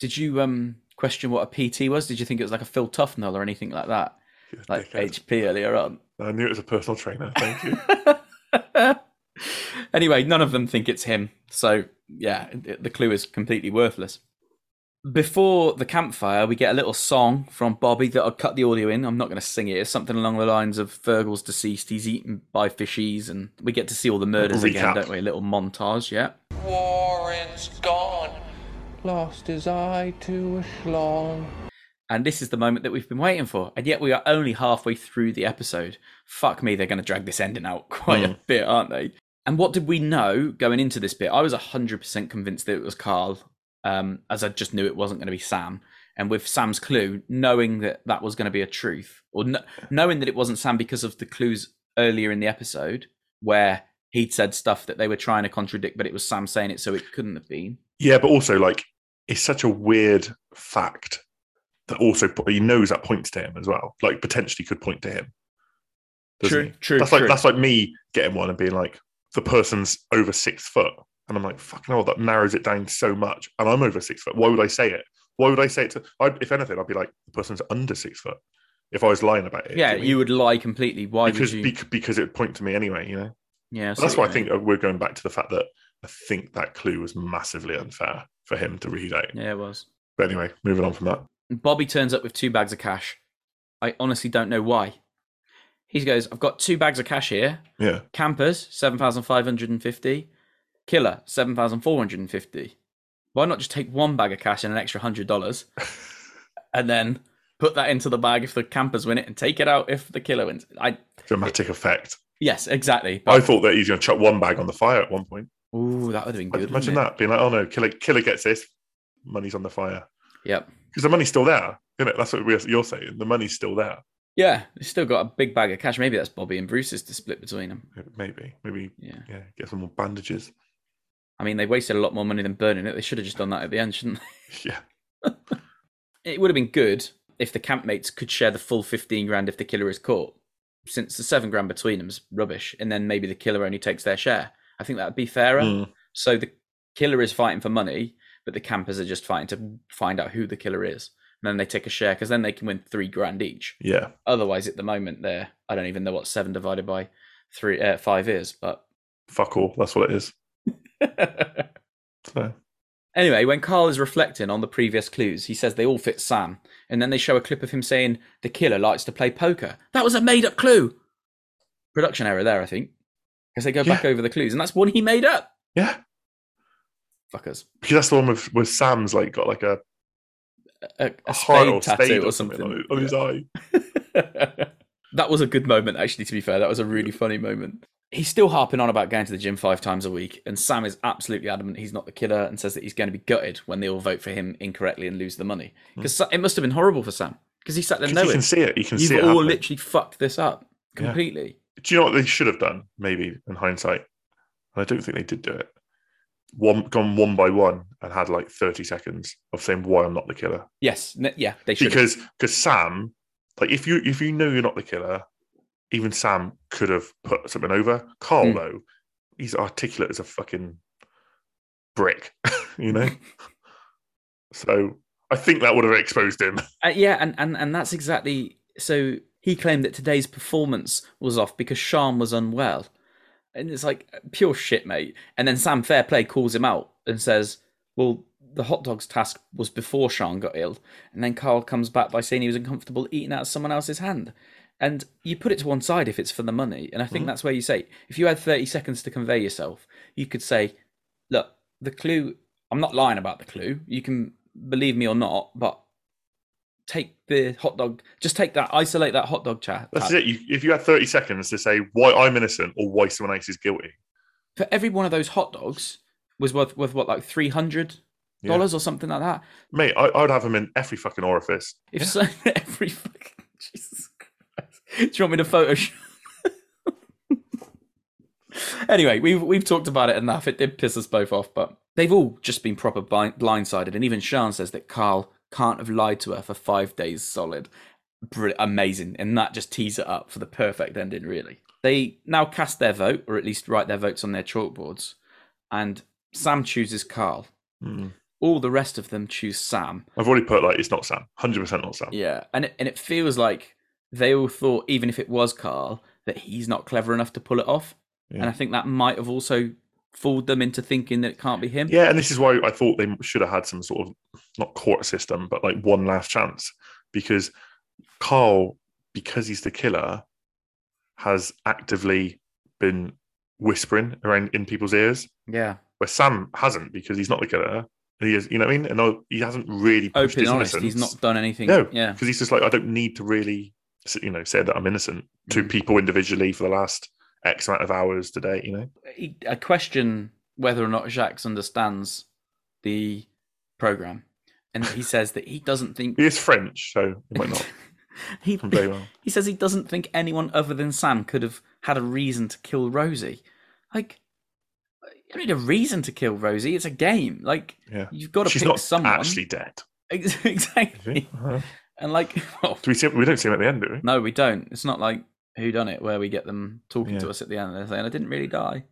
Did you um question what a PT was? Did you think it was like a Phil Tufnell or anything like that, like Dickhead. HP earlier on? I knew it was a personal trainer. Thank you. anyway, none of them think it's him. So, yeah, th- the clue is completely worthless. Before the campfire, we get a little song from Bobby that I'll cut the audio in. I'm not going to sing it. It's something along the lines of Fergal's deceased, he's eaten by fishies, and we get to see all the murders again, Recap. don't we? A little montage, yeah. Warren's gone. Lost his eye to a schlong. And this is the moment that we've been waiting for. And yet we are only halfway through the episode. Fuck me, they're going to drag this ending out (laughs) quite Hmm. a bit, aren't they? And what did we know going into this bit? I was 100% convinced that it was Carl, um, as I just knew it wasn't going to be Sam. And with Sam's clue, knowing that that was going to be a truth, or kn- knowing that it wasn't Sam because of the clues earlier in the episode where he'd said stuff that they were trying to contradict, but it was Sam saying it, so it couldn't have been. Yeah, but also like it's such a weird fact that also po- he knows that points to him as well. Like potentially could point to him. doesn't he? true. That's like that's like me getting one and being like the person's over six foot, and I'm like fucking hell, that narrows it down so much. And I'm over six foot. Why would I say it? Why would I say it to? I'd, if anything, I'd be like the person's under six foot. If I was lying about it, yeah, do you would lie completely. Why mean? because would you? bec- because it would point to me anyway. You know. Yeah, But that's what why you I think uh, we're going back to the fact that I think that clue was massively unfair for him to read out. mean. Yeah, it was. But anyway, moving on from that. Bobby turns up with two bags of cash. I honestly don't know why. He goes, "I've got two bags of cash here. Yeah. Campers, seven thousand five hundred and fifty. Killer, seven thousand four hundred and fifty. Why not just take one bag of cash and an extra hundred (laughs) dollars, and then put that into the bag if the campers win it, and take it out if the killer wins." I Dramatic effect. yes, exactly. I thought that he's going to chuck one bag on the fire at one point. Ooh, that would have been good. wouldn't Imagine it? that being like, oh no, killer, killer gets this, money's on the fire. Yep. Because the money's still there, isn't it? That's what we're, you're saying. The money's still there. Yeah, he's still got a big bag of cash. Maybe that's Bobby and Bruce's to split between them. Maybe, maybe, Yeah. yeah, get some more bandages. I mean, they wasted a lot more money than burning it. They should have just done that at the end, shouldn't Yeah. they? (laughs) It would have been good if the campmates could share the full 15 grand if the killer is caught, since the seven grand between them is rubbish, and then maybe the killer only takes their share. I think that would be fairer. Mm. So the killer is fighting for money, but the campers are just fighting to find out who the killer is. And then they take a share because then they can win three grand each. Yeah. Otherwise, at the moment, they're, I don't even know what seven divided by three, uh, five is, but. (laughs) Fuck all. That's what it is. So, Anyway, when Carl is reflecting on the previous clues, he says they all fit Sam, and then they show a clip of him saying the killer likes to play poker. That was a made up clue. Production error there, I think, because they go back over the clues, and that's one he made up. yeah. Fuckers, Because that's the one with, with Sam's like got like a, a, a heart spade tattoo or on, something. his- on his eye. (laughs) that was a good moment, actually. To be fair, that was a really funny moment. He's still harping on about going to the gym five times a week, and Sam is absolutely adamant he's not the killer and says that he's going to be gutted when they all vote for him incorrectly and lose the money. Because it must have been horrible for Sam because he sat there Because you knowing can see it. You can see you've it. all happening. literally fucked this up completely. Do you know what they should have done? Maybe in hindsight, and I don't think they did do it. One gone one by one and had like thirty seconds of saying why I'm not the killer Yes. N- yeah, they should. because because Sam, like if you if you know you're not the killer, even Sam could have put something over. Carl Mm. though, he's articulate as a fucking brick, (laughs) you know. so I think that would have exposed him. (laughs) Uh, yeah, and, and, and that's exactly so. He claimed that today's performance was off because Sharm was unwell, and it's like pure shit, mate. And then Sam Fairplay calls him out and says, "Well, the hot dogs task was before Sharm got ill." And then Carl comes back by saying he was uncomfortable eating out of someone else's hand. And you put it to one side if it's for the money, and I think that's where you say if you had thirty seconds to convey yourself, you could say, "Look, the clue. I'm not lying about the clue. You can believe me or not, but." take the hot dog. Just take that. Isolate that hot dog chat. That's it. You, if you had thirty seconds to say why I'm innocent or why someone else is guilty, For every one of those hot dogs was worth worth what like three hundred dollars or something like that. mate, I, I'd have him in every fucking orifice. If so, (laughs) every fucking Jesus Christ. Do you want me to Photoshop? (laughs) anyway, we've we've talked about it enough. It did piss us both off, but they've all just been proper blind, blindsided. And even Sean says that Carl can't have lied to her for five days solid. Br- amazing, and that just tees it up for the perfect ending. Really, they now cast their vote, or at least write their votes on their chalkboards, and Sam chooses Carl. All the rest of them choose Sam. I've already put like it's not Sam, hundred percent not Sam. Yeah, and it, and it feels like they all thought, even if it was Carl, that he's not clever enough to pull it off. And I think that might have also fooled them into thinking that it can't be him. Yeah, and this is why I thought they should have had some sort of not court system, but like one last chance because Carl, because he's the killer, has actively been whispering around in people's ears, yeah. where Sam hasn't because he's not the killer. And he is, you know what I mean? And no- he hasn't really pushed Open his and honest, innocence. he's not done anything. No, Yeah, because he's just like I don't need to really, s- you know, say that I'm innocent to Mm. people individually for the last X amount of hours today. You know, He- I question whether or not Jacques understands the program, and he says that he doesn't think he is French, so he might not. (laughs) he, Very well. he says he doesn't think anyone other than Sam could have had a reason to kill Rosie. Like, you need a reason to kill Rosie. It's a game. Like, Yeah, you've got to She's pick not someone. actually dead. (laughs) Ex- exactly. Uh-huh. And like, (laughs) oh, Do we see? We don't see him at the end, do we? no, we don't. It's not like Who Done It, where we get them talking to Yeah. us at the end. They're saying, "I didn't really die."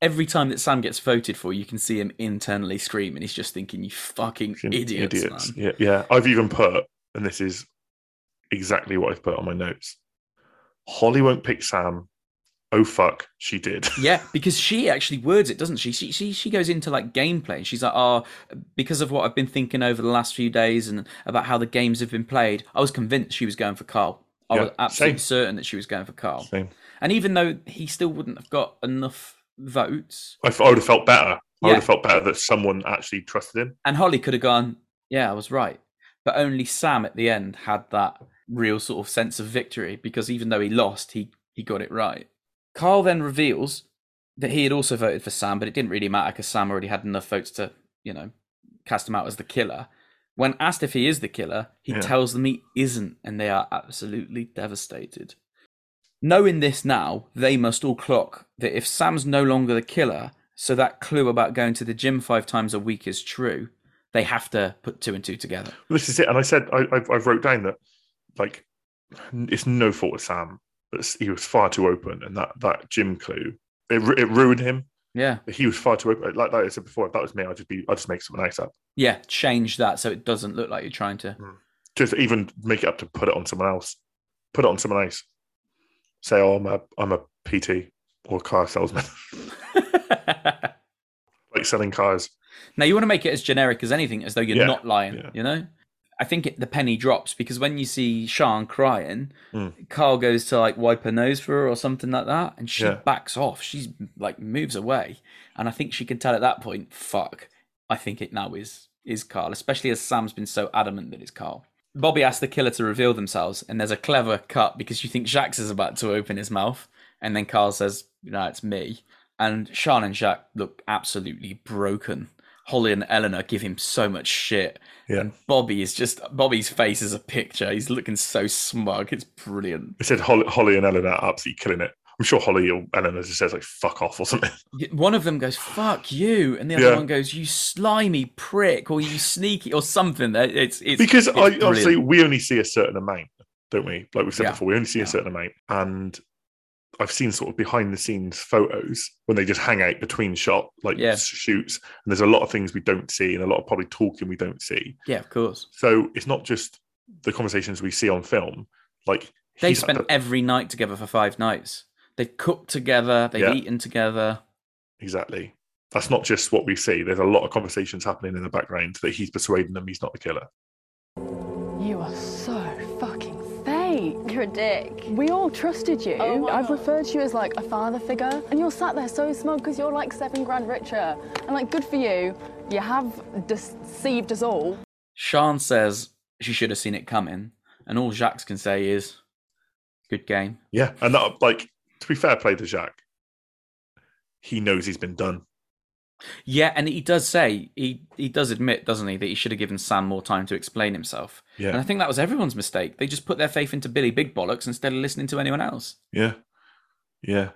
Every time that Sam gets voted for, you can see him internally scream, and he's just thinking, "You fucking Fucking idiots, man." Yeah, yeah. I've even put, and this is exactly what I've put on my notes. Holly won't pick Sam. Oh fuck, (laughs) she did. Yeah, because she actually words it, doesn't she? She she she goes into like gameplay and she's like, "Oh, because of what I've been thinking over the last few days and about how the games have been played, I was convinced she was going for Carl. I Yeah, was absolutely same. certain that she was going for Carl. Same. And even though he still wouldn't have got enough votes, I, f- I would have felt better. I Yeah. would have felt better that someone actually trusted him. and Holly could have gone, "Yeah, I was right." But only Sam at the end had that real sort of sense of victory because even though he lost, he he got it right. Carl then reveals that he had also voted for Sam, but it didn't really matter because Sam already had enough votes to, you know, cast him out as the killer. When asked if he is the killer, he Yeah. tells them he isn't, and they are absolutely devastated. Knowing this now, they must all clock that if Sam's no longer the killer, so that clue about going to the gym five times a week is true, they have to put two and two together. This is it. And I said, I, I've, I've wrote down that, like, n- it's no fault of Sam. But s- he was far too open, and that that gym clue it, ru- it ruined him. Yeah. He was far too open. Like, like I said before, if that was me, I'd just be, I'd just make something nice up. Yeah, change that so it doesn't look like you're trying to. Hmm. just even make it up to put it on someone else. Put it on someone else. Say, oh, I'm a I'm a PT or car salesman, (laughs) like selling cars. Now you want to make it as generic as anything, as though you're Yeah, not lying. yeah. You know, I think it, the penny drops because when you see Sean crying, Mm. Carl goes to like wipe her nose for her or something like that, and she Yeah. backs off. She's like moves away, and I think she can tell at that point, "Fuck, I think it now is is Carl." Especially as Sam's been so adamant that it's Carl. Bobby asks the killer to reveal themselves, and there's a clever cut because you think Jacques is about to open his mouth, and then Carl says, "No, it's me." And Sean and Jacques look absolutely broken. Holly and Eleanor give him so much shit. Yeah. And Bobby is just Bobby's face is a picture. He's looking so smug. It's brilliant. It said Holly, Holly and Ellen are absolutely killing it. I'm sure Holly or Eleanor just says like "fuck off" or something. Y- One of them goes, fuck you. And the other Yeah. one goes, you slimy prick or you sneaky or something. That- It's, it's because it's I obviously brilliant. we only see a certain amount, don't we? Like we've said Yeah. before, we only see a certain amount, and I've seen sort of behind the scenes photos when they just hang out between shot like Yeah. s- shoots, and there's a lot of things we don't see, and a lot of probably talking we don't see. Yeah, of course. So it's not just the conversations we see on film. Like They he's had spent the- every night together for five nights. They've cooked together, they've Yeah. eaten together. exactly. That's not just what we see. There's a lot of conversations happening in the background that he's persuading them he's not the killer. You are so fucking fake. You're a dick. Oh, We all trusted you. I've referred to you as like a father figure, and you're sat there so smug because you're like seven grand richer. And like, good for you. You have deceived us all. Sean says she should have seen it coming. And all Jacques can say is, good game. Yeah, and that like to be fair play to Jacques, he knows he's been done. Yeah, and he does say he he does admit, doesn't he, that he should have given Sam more time to explain himself. Yeah. And I think that was everyone's mistake. They just put their faith into Billy Big Bollocks instead of listening to anyone else. Yeah. Yeah.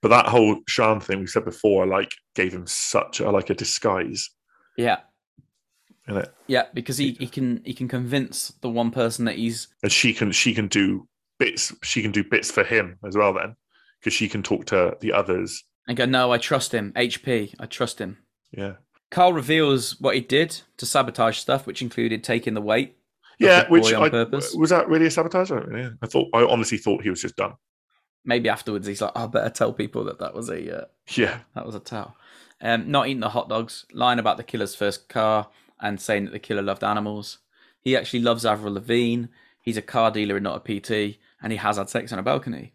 But that whole Sean thing we said before, like, gave him such a like a disguise, Yeah. innit? Yeah, because he, he can he can convince the one person that he's And she can she can do bits she can do bits for him as well then. Because she can talk to the others. and go, No, I trust him. HP, I trust him. Yeah. Carl reveals what he did to sabotage stuff, which included taking the weight. of Yeah, the which boy on I, purpose. was that really a sabotage? I, don't really know. I thought I honestly thought he was just done. Maybe afterwards he's like, "Oh, I better tell people that that was a uh, Yeah. That was a towel. Um, not eating the hot dogs, lying about the killer's first car, and saying that the killer loved animals. He actually loves Avril Lavigne. He's a car dealer and not a PT, and he has had sex on a balcony.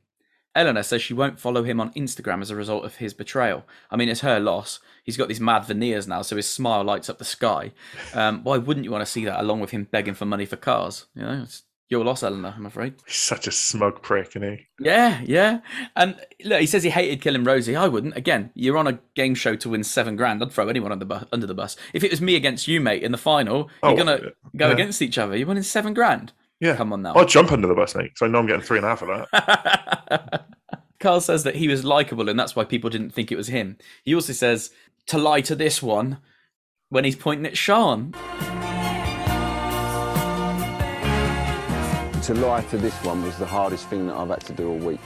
Eleanor says she won't follow him on Instagram as a result of his betrayal. I mean, it's her loss. He's got these mad veneers now, so his smile lights up the sky. Um, why wouldn't you want to see that along with him begging for money for cars? You know, it's your loss, Eleanor, I'm afraid. He's such a smug prick, isn't he? Yeah, yeah. And look, he says he hated killing Rosie. I wouldn't. Again, you're on a game show to win seven grand. I'd throw anyone on the bu- under the bus. If it was me against you, mate, in the final, Oh, you're gonna go yeah. against each other. You're winning seven grand. Yeah. Come on now. I'll jump under the bus, mate. So I know I'm getting three and a half of that. (laughs) Carl says that he was likable, and that's why people didn't think it was him. He also says to lie to this one when he's pointing at Sean. To lie to this one was the hardest thing that I've had to do all week.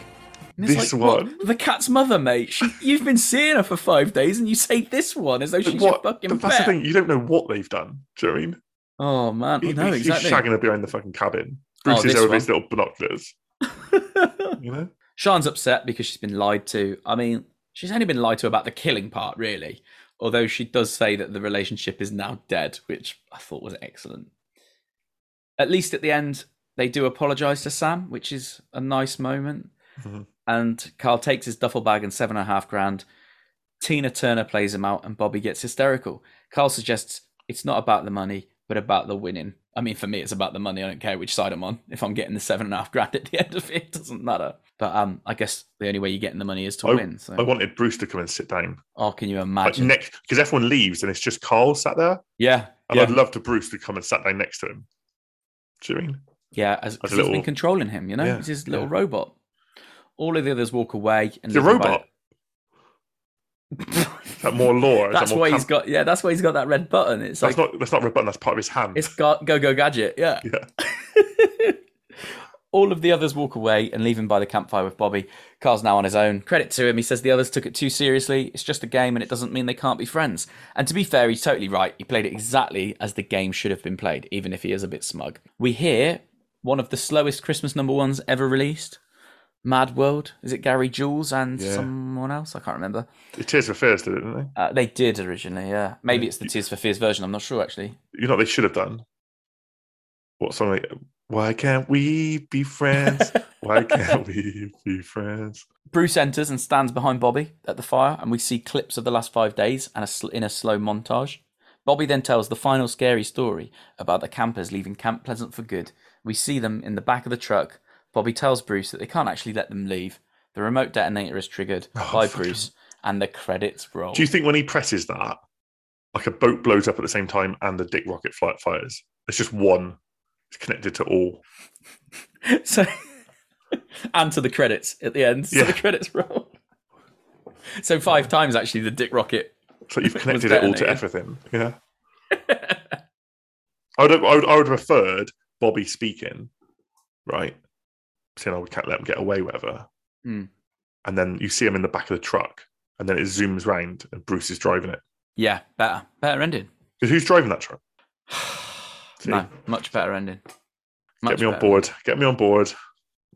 And it's This like, what? one? the cat's mother, mate. She, you've been seeing her for five days, and you say this one as though she's your What- fucking That's the pet. thing. You don't know what they've done. Do you know what I mean? Oh man, He- no, he's, exactly. he's shagging her behind the fucking cabin. Oh, Bruce is this there with his one. (laughs) little binoculars. you know? Sean's upset because she's been lied to. I mean, she's only been lied to about the killing part, really. Although she does say that the relationship is now dead, which I thought was excellent. At least at the end, they do apologise to Sam, which is a nice moment. Mhm. And Carl takes his duffel bag and seven and a half grand. Tina Turner plays him out, and Bobby gets hysterical. Carl suggests it's not about the money, but about the winning. I mean, for me, it's about the money. I don't care which side I'm on. If I'm getting the seven and a half grand at the (laughs) end of it, it doesn't matter. But um, I guess the only way you're getting the money is to I, win. So, I wanted Bruce to come and sit down. oh, can you Oh, Like imagine? next because everyone leaves and it's just Carl sat there. yeah, And yeah, I'd love to Bruce to come and sat down next to him. Do you know what I mean? yeah. As, Like a 'cause he's little- been controlling him, you know. Yeah, he's his little yeah. robot. All of the others walk away. And He's a leave him by- robot. Is that more lore? Is that That's more why cam- he's got. Yeah, that's why he's got that red button. It's That's like not that's not a button. That's part of his hand. it's got go go gadget. Yeah. (laughs) yeah. All of the others walk away and leave him by the campfire with Bobby. Carl's now on his own. Credit to him. He says the others took it too seriously. It's just a game and it doesn't mean they can't be friends. And to be fair, he's totally right. He played it exactly as the game should have been played, even if he is a bit smug. We hear one of the slowest Christmas number ones ever released Mad World. Is it Gary Jules and Yeah. someone else? I can't remember. It Tears for Fears did it, didn't they? Uh, they did originally, yeah. Maybe it's the Tears for Fears version. I'm not sure, actually. You know what they should have done. What song? They, Why can't we (laughs) be friends? Why can't we be friends? Bruce enters and stands behind Bobby at the fire, and we see clips of the last five days and a sl- in a slow montage. Bobby then tells the final scary story about the campers leaving Camp Pleasant for good. We see them in the back of the truck. Bobby tells Bruce that they can't actually let them leave. The remote detonator is triggered by Bruce, and the credits roll. (laughs) Oh, Do you think when he presses that, like a boat blows up at the same time and the dick rocket flight fires? It's just one. It's connected to all. so and to the credits at the end. So Yeah. the credits roll. (laughs) So five times actually the Dick Rocket. (laughs) So you've was connected it all to detonated. everything. (laughs) Yeah. I would, I would I would have preferred Bobby speaking, right? Saying I would can't let him get away, whatever. Hmm. And then you see him in the back of the truck, and then it zooms round, and Bruce is driving it. Yeah, better, better ending. 'Cause Who's driving that truck? No, much better ending. Much Get me on better. board. Get me on board.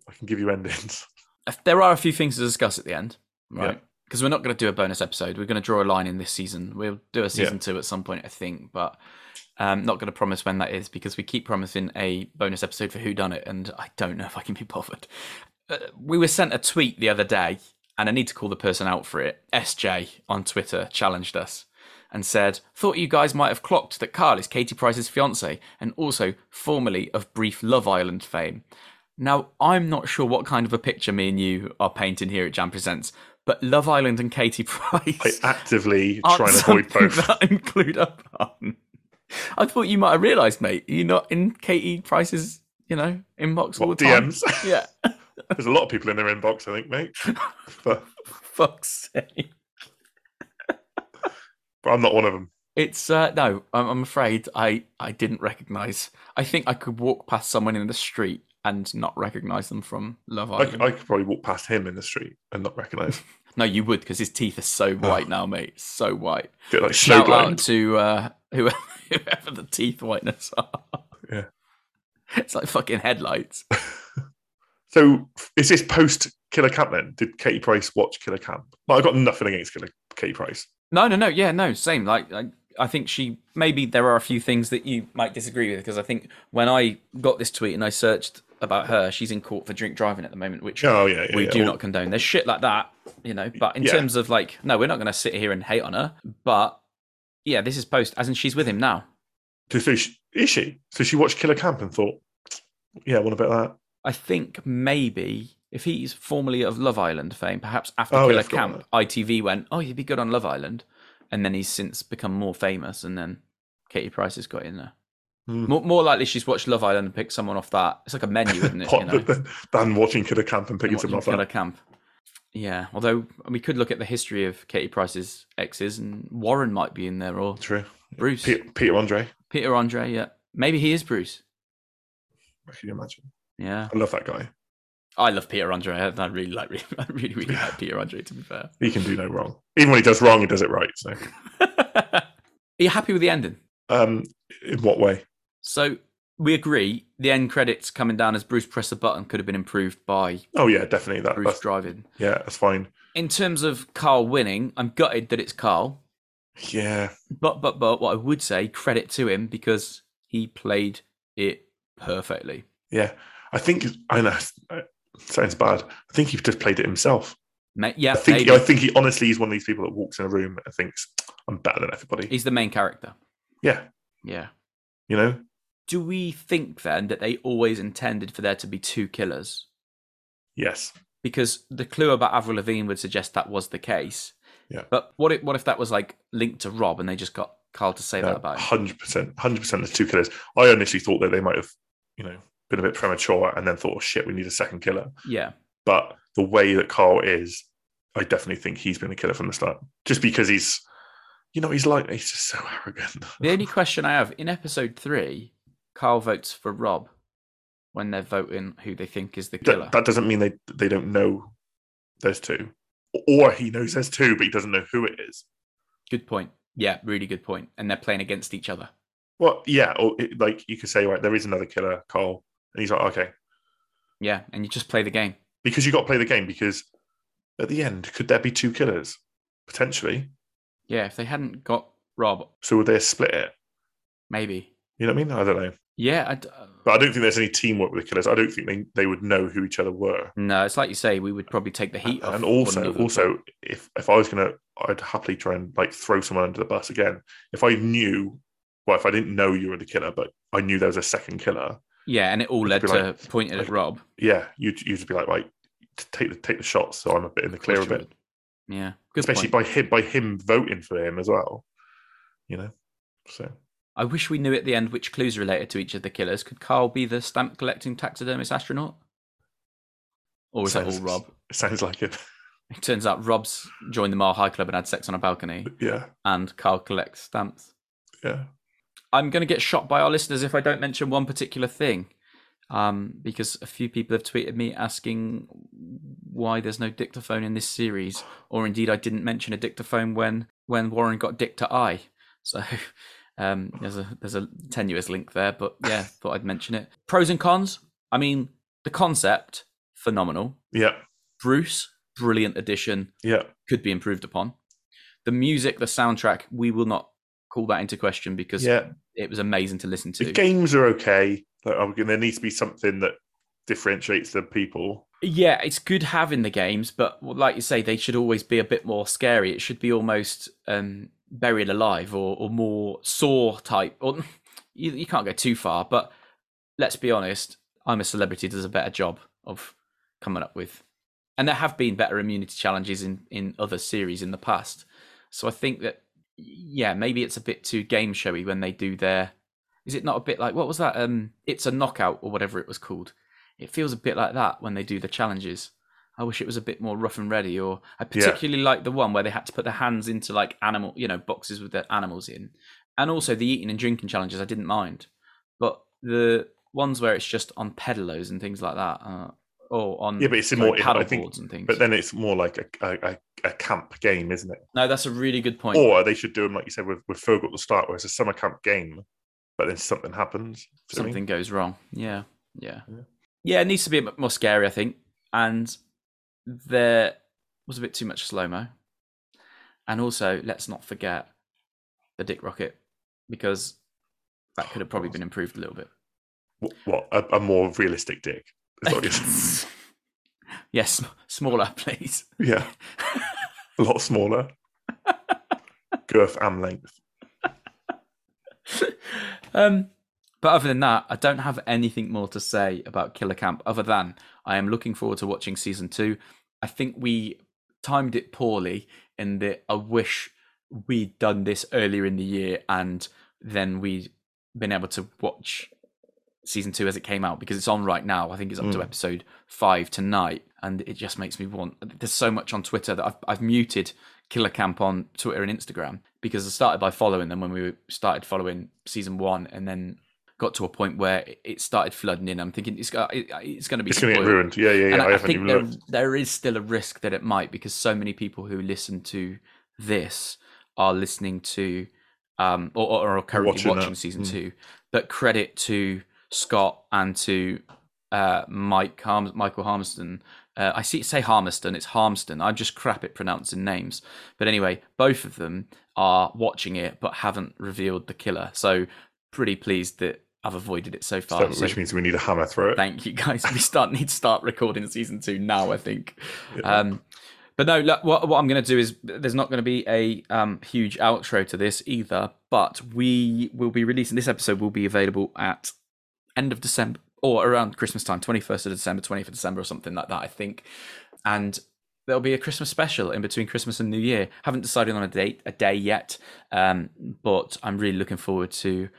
I can give you endings. There are a few things to discuss at the end, Yeah. right? Because we're not going to do a bonus episode. We're going to draw a line in this season. We'll do a season Yeah. two at some point, I think, but um, not going to promise when that is because we keep promising a bonus episode for Who Done It, and I don't know if I can be bothered. Uh, we were sent a tweet the other day, and I need to call the person out for it. SJ on Twitter challenged us and said, "Thought you guys might have clocked that Carl is Katie Price's fiance, and also formerly of brief Love Island fame." Now, I'm not sure what kind of a picture me and you are painting here at Jam Presents, but Love Island and Katie (laughs) Price. I actively aren't try and avoid something (laughs) both. That I'm clued up on. I thought you might have realised, mate. You're not in Katie Price's, you know, inbox all What, the time. DMs? (laughs) Yeah. (laughs) There's a lot of people in their inbox, I think, mate. But fuck's sake. but I'm not one of them. It's uh, no, I'm, I'm afraid I I didn't recognise. I think I could walk past someone in the street and not recognise them from Love I, Island. I could probably walk past him in the street and not recognise. him. No, you would because his teeth are so white now, mate. So white. Get, like, Shout out snowblind. to uh, (laughs) whoever, whoever the teeth whiteness are. Yeah. (laughs) It's like fucking headlights. So is this post Killer Camp then? Did Katie Price watch Killer Camp? Like, I've got nothing against Killer Katie Price. No, no, no. Yeah, no. Same. Like, I, I think she maybe there are a few things that you might disagree with because I think when I got this tweet and I searched about her, she's in court for drink driving at the moment, which Oh, yeah, yeah, we yeah. do Well- not condone. There's shit like that, you know. But in Yeah. terms of like, no, we're not going to sit here and hate on her. But yeah, this is post, as in she's with him now. So- So she, is she? So she watched Killer Camp and thought, yeah, I want a bit of that. I think maybe if he's formerly of Love Island fame, perhaps after Oh, yeah, I Killer forgot Camp, ITV went, oh, you'd be good on Love Island. And then he's since become more famous, and then Katie Price has got in there. Hmm. More, more likely, she's watched Love Island and picked someone off that. It's like a menu, isn't (laughs) it? you Hot know? than, than watching Killer Camp and picking Watching someone off Killer that. Camp. Yeah, although we could look at the history of Katie Price's exes, and Warren might be in there, or True. Bruce, Peter, Peter Andre. Peter Andre. Yeah, maybe he is Bruce. Can you imagine? Yeah, I love that guy. I love Peter Andre. I I really like, (laughs) I really, really like Peter Andre. To be fair, (laughs) He can do no wrong. Even when he does wrong, he does it right. So, Are you happy with the ending? um, in what way? So we agree the end credits coming down as Bruce pressed the button could have been improved by Oh yeah, definitely that. Bruce that's- driving. Yeah, that's fine. In terms of Carl winning, I'm gutted that it's Carl. Yeah, But but but what I would say, credit to him because he played it perfectly. yeah. I think I know. it Sounds bad. I think he just played it himself. Ma- yeah, I think. maybe. I think he honestly is one of these people that walks in a room and thinks, "I'm better than everybody." he's the main character. yeah, Yeah. you know. Do we think then that they always intended for there to be two killers? Yes. because the clue about Avril Lavigne would suggest that was the case. Yeah. But what if what if that was like linked to Rob and they just got Carl to say that about him? Hundred percent. Hundred percent. There's two killers. I honestly thought that they might have, you know, been a bit premature and then thought, oh, "Shit, we need a second killer." Yeah. But the way that Carl is, I definitely think he's been a killer from the start. Just because he's, you know, he's like he's just so (laughs) arrogant. The only question I have in episode three, Carl votes for Rob when they're voting who they think is the killer. That, that doesn't mean they they don't know there's two, or he knows there's two, but he doesn't know who it is. good point. Yeah, really good point. And they're playing against each other. Well, yeah, or it, like you could say, right, there is another killer, Carl, and he's like, okay, Yeah, and you just play the game. because you got to play the game. Because at the end, could there be two killers potentially? Yeah, if they hadn't got Rob, So would they split it? maybe. You know what I mean? I don't know, Yeah, uh, I'd, but I don't think there's any teamwork with the killers. I don't think they, they would know who each other were. no, it's like you say, we would probably take the heat off. and one also another. also if if I was gonna I'd happily try and like throw someone under the bus again. If I knew well, if I didn't know you were the killer, but I knew there was a second killer, yeah, and it all led be to like- pointed at like- Rob. yeah, you'd you'd just be like, right, t- take the take the shots so I'm a bit in the clear course of you it. would. Yeah, good Especially point. by him by him voting for him as well. You know? So I wish we knew at the end which clues related to each of the killers. Could Carl be the stamp collecting taxidermist astronaut? Or is Sounds- that all Rob? (laughs) Sounds like it. It turns out Rob's joined the Mile High Club and had sex on a balcony. Yeah. And Carl collects stamps. Yeah. I'm going to get shot by our listeners if I don't mention one particular thing. Um, because a few people have tweeted me asking why there's no dictaphone in this series, or indeed I didn't mention a dictaphone when when Warren got dick to I. So (laughs) um, there's a there's a tenuous link there, but yeah, thought I'd mention it. Pros and cons. I mean, the concept phenomenal. Yeah. Bruce, brilliant addition. Yeah. Could be improved upon. The music, the soundtrack, we will not call that into question because Yeah. it was amazing to listen to. The games are okay. Like, I'm gonna- there needs to be something that differentiates the people. Yeah, it's good having the games, but like you say, they should always be a bit more scary. It should be almost um, buried alive or, or more saw type. Or (laughs) you, you can't go too far, but let's be honest, I'm a celebrity does a better job of coming up with, and there have been better immunity challenges in in other series in the past. So I think that yeah, maybe it's a bit too game showy when they do their. Is it not a bit like what was that? Um, it's a knockout or whatever it was called. It feels a bit like that when they do the challenges. I wish it was a bit more rough and ready. Or I Yeah. particularly like the one where they had to put their hands into like animal, you know, boxes with their animals in, and also the eating and drinking challenges. I didn't mind, but the ones where it's just on pedalos and things like that, uh, or on Yeah, but it's in sorry, more. paddle I think, boards and things. But then it's more like a, a, a, a camp game, isn't it? No, that's a really good point. Or they should do them like you said with with Fogel at the start, where it's a summer camp game, but then something happens. Do you know what I mean? something goes wrong. Yeah, yeah, yeah. it needs to be a bit more scary, I think. And there was a bit too much slow mo. And also, let's not forget the Dick Rocket because that could have probably been improved a little bit. (laughs) Wh- What a, a more realistic dick. (laughs) Is what you're- Yes, smaller, (laughs) please. yeah, a lot (laughs) smaller. Girth and length. Um, but other than that, I don't have anything more to say about Killer Camp other than I am looking forward to watching season two. I think we timed it poorly in that I wish we'd done this earlier in the year and then we'd been able to watch season two as it came out because it's on right now. I think it's up to Mm. episode five tonight, and it just makes me want. There's so much on Twitter that I've I've muted Killer Camp on Twitter and Instagram because I started by following them when we were- started following season one, and then got to a point where it- it started flooding in. I'm thinking it's go- it- it's going to be It's gonna get spoiled. ruined. Yeah, yeah, yeah. And I I, I haven't think even there, looked. there is still a risk that it might because so many people who listen to this are listening to um, or, or are currently Watching watching, that. season Mm. two. But credit to Scott and to uh, Mike Harm- Michael Harmston. Uh, I see say Harmston, it's Harmston. I'm just crap at pronouncing names. But anyway, both of them are watching it but haven't revealed the killer. So pretty pleased that I've avoided it so far. So- So which means we need a hammer throw it. Thank you guys. We start need to start recording season two now. I think. Um, but no, look, what, what I'm going to do is there's not going to be a um, huge outro to this either. But we will be releasing this episode will be available at end of December or around Christmas time, 21st of December, 20th of December, or something like that. I think, and there'll be a Christmas special in between Christmas and New Year. Haven't decided on a date a day yet, um, but I'm really looking forward to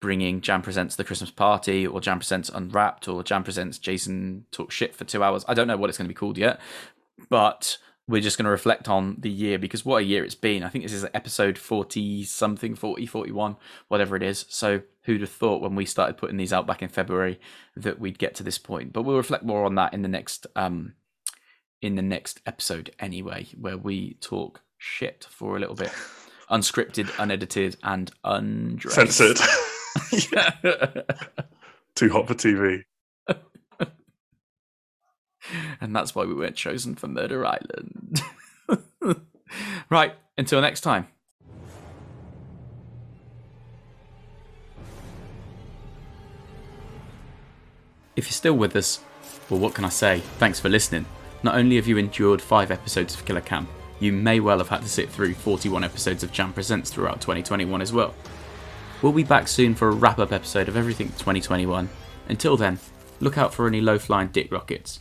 bringing Jam Presents the Christmas Party or Jam Presents Unwrapped or Jam Presents Jason Talk Shit for two hours. I don't know what it's going to be called yet, but we're just going to reflect on the year because what a year it's been. I think this is episode 40 something, 40, 41, whatever it is. So who'd have thought when we started putting these out back in February that we'd get to this point? But we'll reflect more on that in the next um, in the next episode anyway, where we talk shit for a little bit. Unscripted, unedited, and undressed. Censored. (laughs) Yeah. (laughs) Too hot for TV. and that's why we weren't chosen for Murder Island. (laughs) right, until next time. If you're still with us, well, what can I say? Thanks for listening. Not only have you endured five episodes of Killer Cam, you may well have had to sit through 41 episodes of Jam Presents throughout 2021 as well. We'll be back soon for a wrap up episode of everything 2021. Until then, look out for any low flying dick rockets.